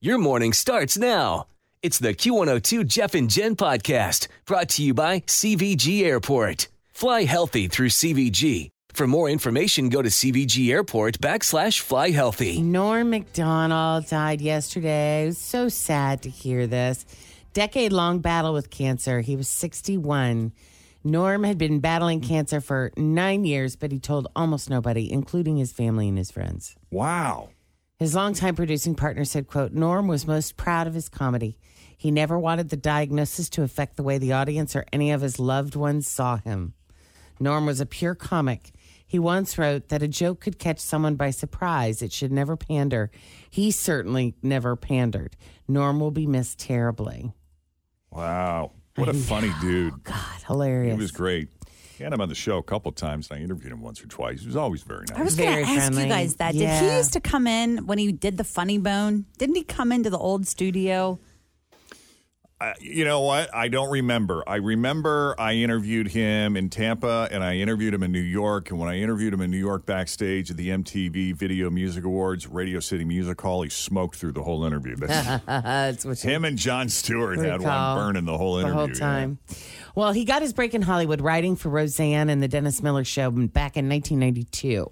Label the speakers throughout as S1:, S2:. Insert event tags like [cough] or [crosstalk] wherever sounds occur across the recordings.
S1: Your morning starts now. It's the Q102 Jeff and Jen podcast brought to you by CVG Airport. Fly healthy through CVG. For more information, go to CVG Airport backslash fly healthy.
S2: Norm MacDonald died yesterday. It was so sad to hear this. Decade long battle with cancer. He was 61. Norm had been battling cancer for nine years, but he told almost nobody, including his family and his friends.
S3: Wow.
S2: His longtime producing partner said, quote, Norm was most proud of his comedy. He never wanted the diagnosis to affect the way the audience or any of his loved ones saw him. Norm was a pure comic. He once wrote that a joke could catch someone by surprise. It should never pander. He certainly never pandered. Norm will be missed terribly.
S3: Wow. What a
S2: I
S3: funny dude.
S2: God,
S3: He
S2: hilarious.
S3: was great. He had him on the show a couple times, and I interviewed him once or twice. He was always very
S4: I
S3: nice.
S4: was going
S2: Very
S4: to ask
S2: friendly.
S4: you guys that. Did
S2: Yeah.
S4: he used to come in when he did the Funny Bone? Didn't he come into the old studio?
S3: I, you know what? I don't remember. I remember I interviewed him in Tampa, and I interviewed him in New York. And when I interviewed him in New York backstage at the MTV Video Music Awards, Radio City Music Hall, he smoked through the whole interview. That's-
S2: That's what
S3: him and John Stewart had
S2: Recall.
S3: one burning the whole interview.
S2: the whole
S3: yeah.
S2: time. Well, he got his break in Hollywood writing for Roseanne and the Dennis Miller Show back in 1992.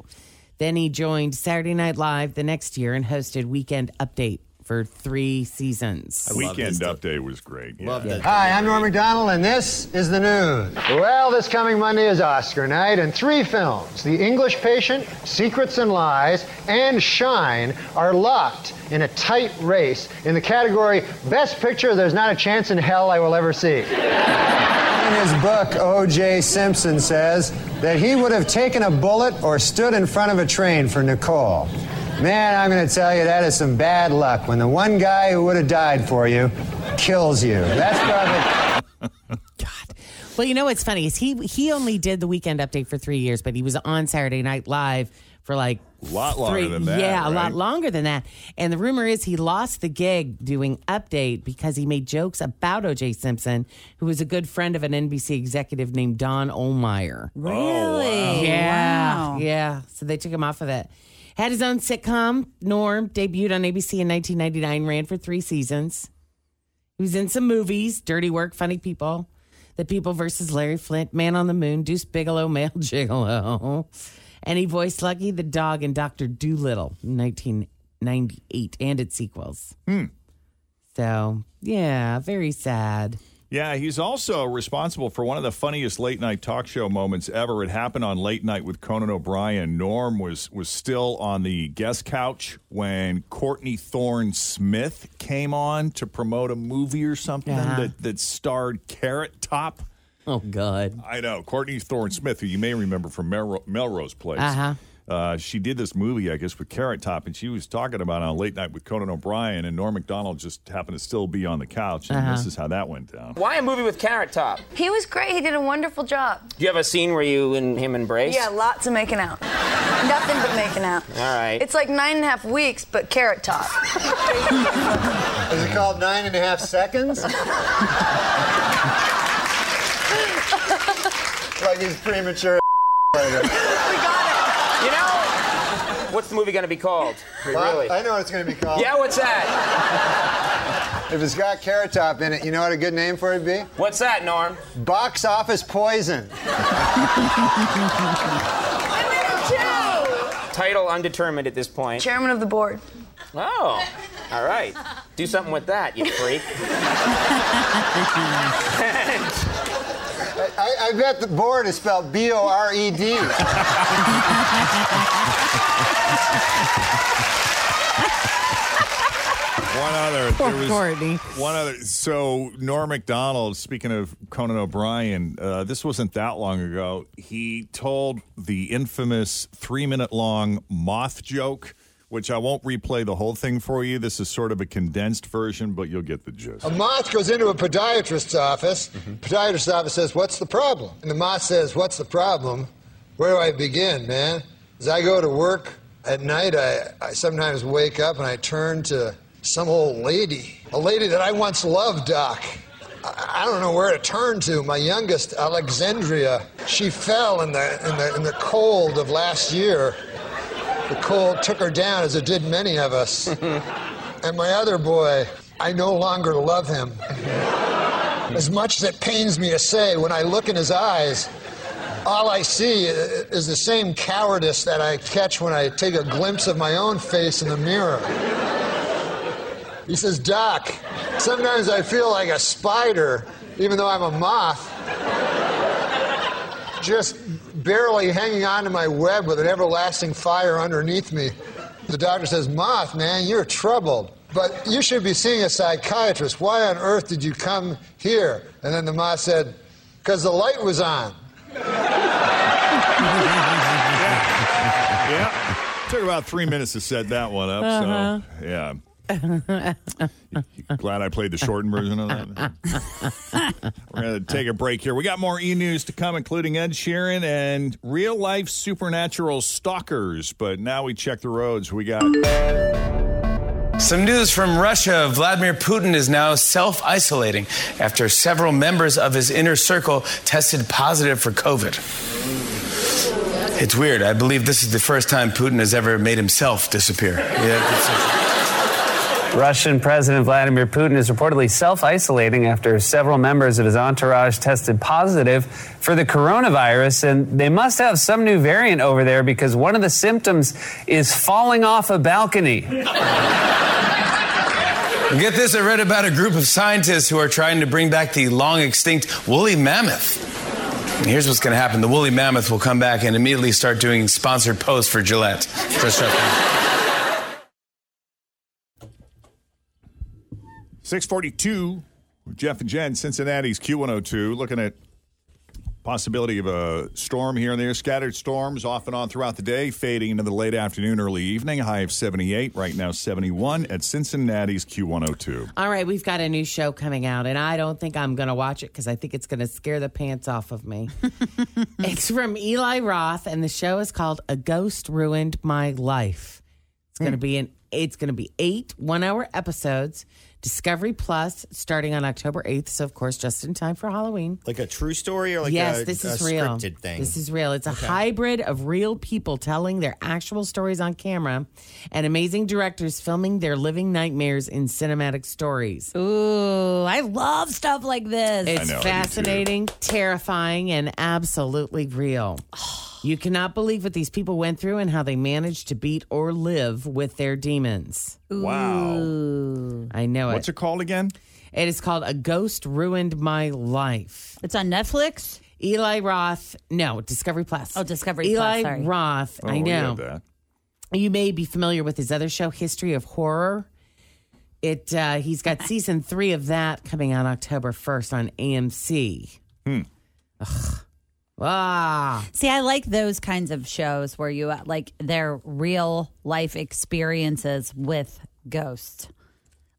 S2: Then he joined Saturday Night Live the next year and hosted Weekend Update for three seasons.
S3: Weekend Update was great. Yeah.
S5: Hi, I'm Norm MacDonald, and this is the news. Well, this coming Monday is Oscar night, and three films, The English Patient, Secrets and Lies, and Shine, are locked in a tight race in the category Best Picture There's Not a Chance in Hell I Will Ever See. In his book, O.J. Simpson says that he would have taken a bullet or stood in front of a train for Nicole. Man, I'm going to tell you that is some bad luck when the one guy who would have died for you kills you. That's probably.
S2: Well, you know what's funny is he he only did the Weekend Update for three years, but he was on Saturday Night Live for like
S3: A lot longer
S2: three-
S3: than that.
S2: Yeah, a lot
S3: right?
S2: longer than that. And the rumor is he lost the gig doing Update because he made jokes about O.J. Simpson, who was a good friend of an NBC executive named Don Olmeyer.
S4: Really?
S3: Oh,
S2: Yeah.
S4: Oh, Wow.
S2: Yeah. So they took him off of it. Had his own sitcom, Norm, debuted on ABC in 1999, ran for three seasons. He was in some movies Dirty Work, Funny People, The People versus Larry Flint, Man on the Moon, Deuce Bigelow, [laughs] Male Gigolo. And he voiced Lucky the Dog and Dr. Doolittle in 1998 and its sequels. So, yeah, very sad.
S3: Yeah, he's also responsible for one of the funniest late night talk show moments ever. It happened on Late Night with Conan O'Brien. Norm was was still on the guest couch when Courtney Thorne Smith came on to promote a movie or something
S2: Yeah.
S3: that, that starred Carrot Top.
S2: Oh, God.
S3: I know Courtney Thorne Smith, who you may remember from Melro- Melrose Place.
S2: Uh-huh.
S3: Uh, she did this movie, I guess, with Carrot Top, and she was talking about it on Late Night with Conan O'Brien, and Norm Macdonald just happened to still be on the couch,
S2: Uh-huh.
S3: and this is how that went down.
S6: Why a movie with Carrot Top? Do
S7: He was great. He did a wonderful job.
S6: you have a scene where you and him embrace?
S7: Yeah, lots of making out. Nothing but making out.
S6: All right.
S7: It's like nine and a half weeks, but carrot top.
S5: Is it called nine and a half seconds? like he's premature.
S6: You know, what's the movie going to be called? really?
S5: I know what it's going to be called.
S6: yeah, what's that?
S5: If it's got carrot top in it, you know what a good name for it would be?
S6: What's that, Norm?
S5: Box office poison.
S6: Title undetermined at this point.
S7: Chairman of the board.
S6: Oh, all right. Do something with that, you freak.
S5: I, I, I bet the board is spelled B-O-R-E-D.
S3: One other.
S2: Poor
S3: there was
S2: Courtney.
S3: One other. So Norm Macdonald. Speaking of Conan O'Brien, uh, this wasn't that long ago. He told the infamous three-minute-long moth joke, which I won't replay the whole thing for you. This is sort of a condensed version, but you'll get the gist.
S5: A moth goes into a podiatrist's office. Podiatrist's office says, "What's the problem?" And the moth says, "What's the problem? Where do I begin, man? As I go to work at night, I, I sometimes wake up and I turn to some old lady, a lady that I once loved, Doc. I, I don't know where to turn to. My youngest, Alexandria, she fell in the in the in the cold of last year. The cold took her down, as it did many of us." And my other boy, I no longer love him. As much as it pains me to say, when I look in his eyes, all I see i- is the same cowardice that I catch when I take a glimpse of my own face in the mirror. He says, Doc, sometimes I feel like a spider, even though I'm a moth, just barely hanging on to my web with an everlasting fire underneath me. The doctor says, Moth, man, you're troubled. But you should be seeing a psychiatrist. Why on earth did you come here? And then the moth said, Because the light was on.
S3: yeah. Took about three minutes to set that one up. So, yeah. You- you glad I played the shortened version of that. We're going to take a break here. We got more e news to come, including Ed Sheeran and real life supernatural stalkers. But now we check the roads. We got.
S8: Some news from Russia. Vladimir Putin is now self isolating after several members of his inner circle tested positive for COVID. It's weird. I believe this is the first time Putin has ever made himself disappear. Yeah, it's-
S9: Russian President Vladimir Putin is reportedly self isolating after several members of his entourage tested positive for the coronavirus. And they must have some new variant over there because one of the symptoms is falling off a balcony.
S8: And Get this I read about a group of scientists who are trying to bring back the long extinct woolly mammoth. And here's what's going to happen the woolly mammoth will come back and immediately start doing sponsored posts for Gillette. Trust me.
S3: 642 with Jeff and Jen, Cincinnati's Q102, looking at possibility of a storm here and there. Scattered storms off and on throughout the day, fading into the late afternoon, early evening. High of 78, right now 71 at Cincinnati's Q102.
S2: All right, we've got a new show coming out, and I don't think I'm going to watch it because I think it's going to scare the pants off of
S10: [laughs]
S2: me. it's from Eli Roth, and the show is called "A Ghost Ruined My Life." It's
S10: Hmm.
S2: going to be an it's going to be eight one-hour episodes, Discovery Plus, starting on October 8th. So, of course, just in time for Halloween.
S10: Like a true story or like
S2: yes,
S10: a,
S2: this
S10: a
S2: is real.
S10: scripted thing?
S2: This is real. It's a hybrid of real people telling their actual stories on camera, and amazing directors filming their living nightmares in cinematic stories.
S4: Ooh, I love stuff like this.
S2: It's
S3: I know, I do too.
S2: fascinating, terrifying, and absolutely real. You cannot believe what these people went through and how they managed to beat or live with their demons.
S3: Wow.
S2: I know
S3: What's
S2: it.
S3: it called again?
S2: it is called A Ghost Ruined My Life.
S4: It's on Netflix.
S2: Eli Roth, no, Discovery Plus.
S4: Oh, Discovery Plus,
S2: Eli
S4: sorry.
S2: Roth, I
S3: Oh, we
S2: know.
S3: had that.
S2: You may be familiar with his other show, History of Horror. It uh, he's
S4: [laughs]
S2: got season three of that coming out October first on AMC. Hmm. Ugh. Ah.
S4: See, I like those kinds of shows where you uh, like their real life experiences with ghosts.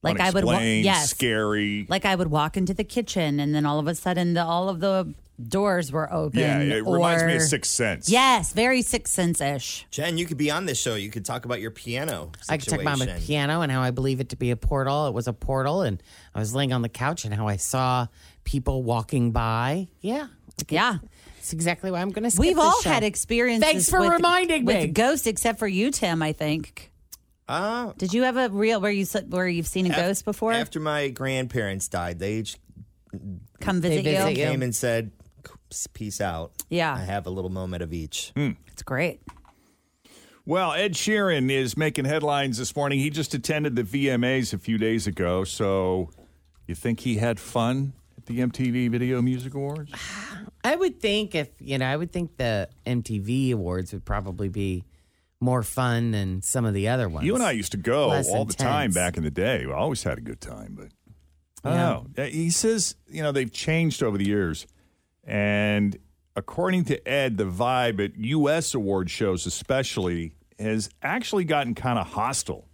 S4: Like I would, wa-
S3: Unexplained,
S4: yes,
S3: Scary.
S4: like I would walk into the kitchen and then all of a sudden the, all of the doors were open.
S3: yeah, it reminds me
S4: or-
S3: of Sixth Sense.
S4: Yes, very sixth sense ish.
S10: Jen, you could be on this show. You could talk about your piano. Situation.
S2: I could talk about my piano and how I believe it to be a portal. It was a portal, and I was laying on the couch and how I saw people walking by. Yeah,
S4: Yeah.
S2: that's exactly why I'm going to.
S4: We've all had experiences.
S2: Thanks for
S4: with-
S2: reminding
S4: with
S2: me.
S4: ghosts, except for you, Tim. I think.
S10: Uh,
S4: Did you have a real where you s- where you've seen a ghost before?
S10: after my grandparents died, they each
S4: Come visit,
S2: They visit
S4: you.
S2: you.
S10: came and said, "Peace out."
S4: Yeah.
S10: I have a little moment of each.
S4: It's great.
S3: Well, Ed Sheeran is making headlines this morning. He just attended the VMAs a few days ago. So you think he had fun at the MTV Video Music Awards?
S2: Ah, I would think if you know, I would think the MTV Awards would probably be more fun than some of the other ones.
S3: You and I used to go
S2: Less
S3: all the time
S2: intense.
S3: back in the day. We always had a good time, but I don't know. Uh, He says, you know, they've changed over the years. And according to Ed, the vibe at U.S. award shows, especially, has actually gotten kind of hostile.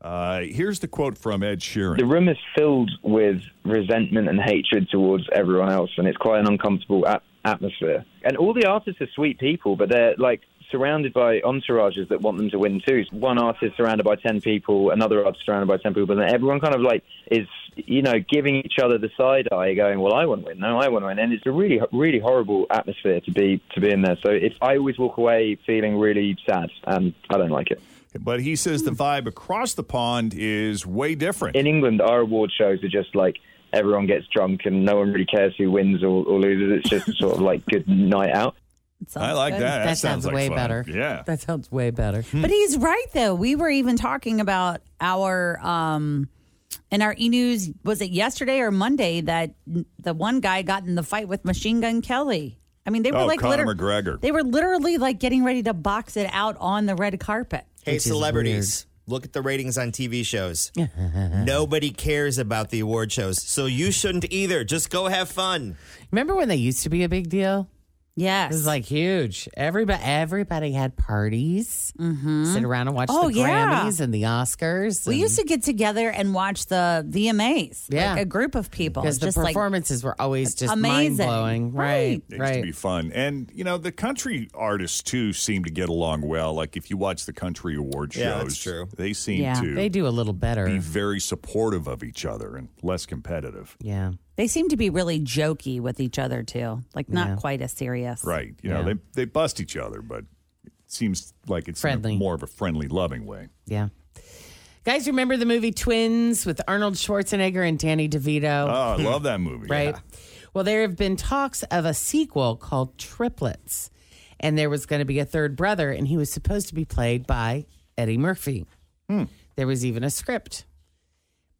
S3: Uh, here's the quote from Ed Sheeran.
S11: The room is filled with resentment and hatred towards everyone else, and it's quite an uncomfortable at- atmosphere. And all the artists are sweet people, but they're like surrounded by entourages that want them to win too. One artist surrounded by 10 people, another artist surrounded by 10 people, and then everyone kind of like is, you know, giving each other the side eye, going, well, I want to win, no, I want to win. And it's a really, really horrible atmosphere to be, to be in there. So it's, I always walk away feeling really sad, and I don't like it.
S3: But he says
S10: Hmm.
S3: the vibe across the pond is way different.
S11: In England, our award shows are just like everyone gets drunk and no one really cares who wins or, or loses. It's just sort of like good night out.
S3: I like
S4: good.
S3: that.
S4: That sounds
S3: like
S4: way
S3: fun.
S4: better.
S3: Yeah.
S2: That sounds way better. [laughs]
S4: But he's right though. We were even talking about our um in our e-news was it yesterday or Monday that n- the one guy got in the fight with Machine Gun Kelly. I mean, they were
S3: Oh,
S4: like
S3: Conor McGregor.
S4: They were literally like getting ready to box it out on the red carpet.
S10: Hey, celebrities, look at the ratings on TV shows. Nobody cares about the award shows, so you shouldn't either. Just go have fun.
S2: Remember when they used to be a big deal?
S4: Yes.
S2: It was like huge. Everybody everybody had parties. Mm-hmm. Sit around and watch
S4: Oh,
S2: the
S4: yeah.
S2: Grammys and the Oscars.
S4: We used to get together and watch the VMAs.
S2: Yeah.
S4: Like a group of people.
S2: because the
S4: just like
S2: performances were always just mind
S4: amazing.
S2: blowing. Right.
S4: Right.
S3: It used to be fun. And, you know, the country artists, too, seem to get along well. Like, if you watch the country award shows,
S10: Yeah, that's true.
S3: they seem
S4: Yeah.
S3: to
S2: They do a little better.
S3: be very supportive of each other and less competitive.
S2: yeah.
S4: they seem to be really jokey with each other too. Like not quite as serious.
S3: Right. You know,
S2: Yeah.
S3: they, they bust each other, but it seems like it's in a-
S2: Friendly.
S3: more of a friendly, loving way.
S4: [laughs]
S2: Yeah. Guys, remember the movie Twins with Arnold Schwarzenegger and Danny DeVito?
S3: Oh, I love that movie.
S4: [laughs]
S2: right? Well, there have been talks of a sequel called Triplets, and there was going to be a third brother, and he was supposed to be played by Eddie Murphy. There was even a script.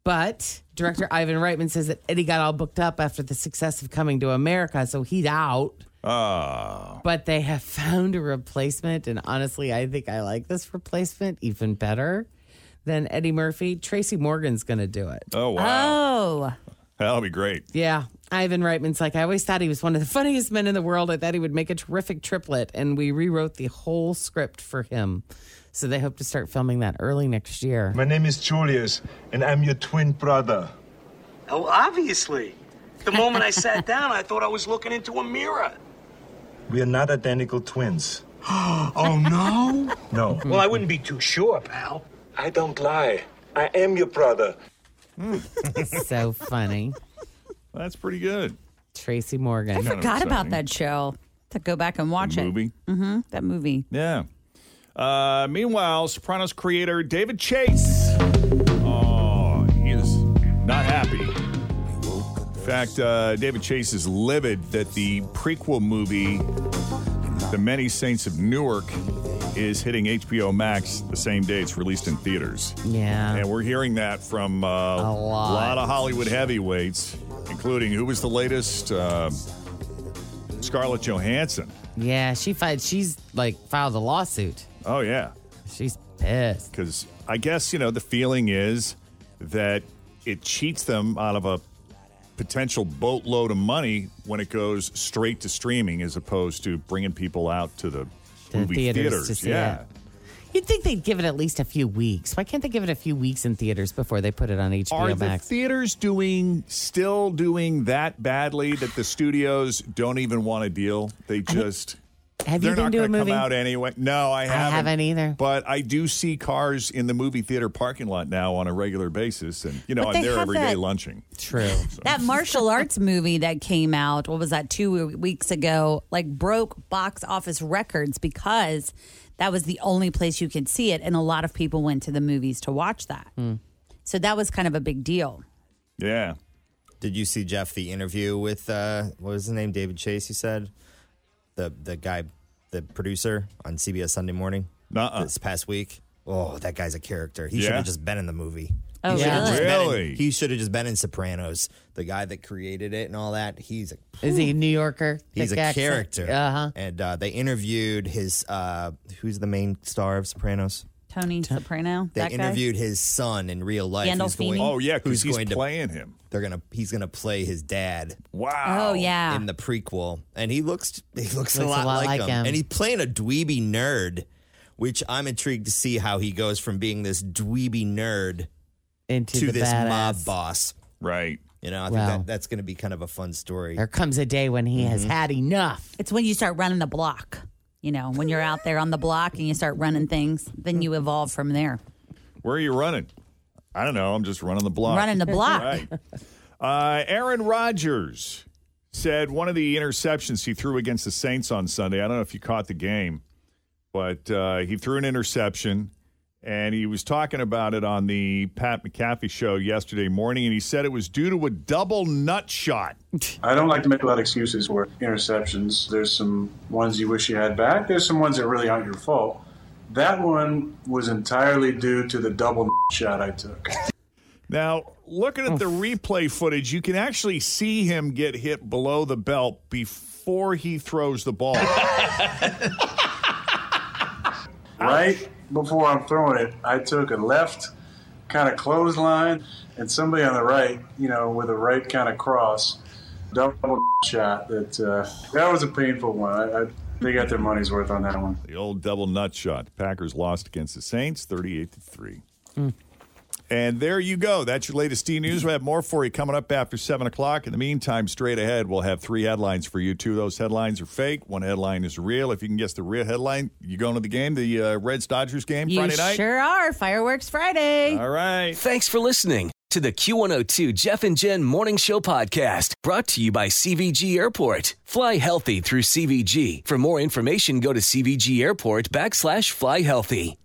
S2: But director Ivan Reitman says that Eddie got all booked up after the success of Coming to America, so he's out.
S3: Oh,
S2: But they have [laughs] found a replacement, and honestly, I think I like this replacement even better than Eddie Murphy. Tracy Morgan's going to do it.
S3: oh wow.
S4: Oh.
S3: That'll be great.
S2: Yeah. Ivan Reitman's like, I always thought he was one of the [laughs] funniest men in the world. I thought he would make a terrific triplet. And we rewrote the whole script for him. So they hope to start filming that early next year.
S12: My name is Julius, and I'm your twin brother.
S13: Oh, obviously. The moment I
S12: [laughs]
S13: sat down, I thought I was looking into a mirror.
S12: We are not identical
S13: [gasps]
S12: twins. oh, no? No.
S13: Well, I wouldn't be too sure, pal.
S12: I don't lie. I am your brother.
S2: so funny.
S3: That's pretty good.
S2: Tracy Morgan.
S4: I forgot about that show. To go back and watch it.
S3: Movie.
S4: hmm
S3: [laughs]
S4: That movie.
S3: Yeah. Uh, meanwhile, Sopranos creator David Chase. Oh, he is not happy. In fact, uh, David Chase is livid that the prequel movie, The Many Saints of Newark, is hitting HBO Max the same day it's released in theaters.
S2: Yeah.
S3: And we're hearing that from uh, a
S2: lot.
S3: of Hollywood heavyweights, including who was the latest? Uh, Scarlett Johansson.
S2: Yeah. She filed, she's like filed a lawsuit.
S3: Oh, yeah.
S2: She's pissed.
S3: because I guess you know the feeling is that it cheats them out of a potential boatload of money when it goes straight to streaming as opposed to bringing people out to the,
S2: To
S3: movie
S2: theaters to
S3: theaters.
S2: see
S3: yeah,
S2: it. You'd think they'd give it at least a few weeks. Why can't they give it a few weeks in theaters before they put it on HBO
S3: are the
S2: Max?
S3: theaters doing still doing that badly that the studios don't even want to deal? They just.
S2: Have
S3: They're
S2: you been
S3: not
S2: to a
S3: gonna
S2: movie?
S3: come out anyway. No, I haven't.
S2: haven't either.
S3: But I do see cars in the movie theater parking lot now on a regular basis, and you know
S4: But
S3: I'm
S4: they
S3: there
S4: have
S3: every day
S4: that-
S3: lunching.
S2: True.
S4: That martial arts movie that came out, what was that, two weeks ago, like broke box office records because that was the only place you could see it. And a lot of people went to the movies to watch that.
S2: Hmm.
S4: So that was kind of a big deal.
S3: Yeah.
S10: Did you see Jeff the interview with uh, what was his name? David Chase. You said the the guy, the producer on CBS Sunday Morning
S3: Nuh-uh.
S10: this past week. Oh, that guy's a character. He should
S3: Yeah?
S10: have just been in the movie.
S4: Oh,
S10: He should've
S4: really?
S10: just been in-
S3: Really?
S10: he should have just been in Sopranos. The guy that created it and all that. He's a
S2: Is he a New Yorker?
S10: He's a
S2: Thick accent?
S10: character.
S2: Uh-huh.
S10: And uh, they interviewed his uh, who's the main star of Sopranos.
S4: Tony Soprano.
S10: They
S4: that
S10: interviewed his son in real life.
S4: Gandolfini?
S10: who's going-
S3: Oh yeah, because
S10: who's
S3: he's
S10: going to
S3: playing him.
S10: they're gonna he's gonna play his dad
S4: Guy?
S3: Wow.
S4: Oh, yeah.
S10: in the prequel, and he looks he looks, a lot, like, him. and he's playing a dweeby nerd, which I'm intrigued to see how he goes from being this dweeby nerd
S2: Into
S10: to
S2: the
S10: this mob
S2: badass.
S10: boss.
S3: Right.
S10: You know,
S2: Wow.
S10: I think that, that's gonna be kind of a fun story.
S2: There comes a day when he has had enough.
S4: It's when you start running the block. You know, when you're out there on the block and you start running things, then you evolve from there.
S3: Where are you running? I don't know. I'm just running the block.
S4: Running
S10: [laughs]
S4: the block.
S3: Right. Uh, Aaron Rodgers said one of the interceptions he threw against the Saints on Sunday. I don't know if you caught the game, but uh, he threw an interception, And he was talking about it on the Pat McAfee show yesterday morning, and he said it was due to a double nut shot.
S11: I don't like to make a lot of excuses with interceptions. There's some ones you wish you had back. There's some ones that really aren't your fault. That one was entirely due to the double shot I took.
S3: Now, looking at the replay footage, you can actually see him get hit below the belt before he throws the
S4: [laughs]
S3: ball.
S11: Right before I'm throwing it, I took a left kind of clothesline, and somebody on the right, you know, with a right kind of cross, double shot. That uh, that was a painful one. I, I, they got their money's worth on that one.
S3: The old double nut shot. The Packers lost against the Saints 38 to 3.
S11: Mm.
S3: And there you go. That's your latest D News. We have more for you coming up after 7 o'clock. In the meantime, straight ahead, we'll have three headlines for you. Two of those headlines are fake, one headline is real. If you can guess the real headline, you going to the game, the uh, Reds Dodgers game
S4: You
S3: Friday night?
S4: sure are. Fireworks Friday.
S3: All right.
S1: Thanks for listening to the Q102 Jeff and Jen Morning Show podcast brought to you by CVG Airport. Fly healthy through CVG. For more information, go to CVG Airport backslash fly healthy.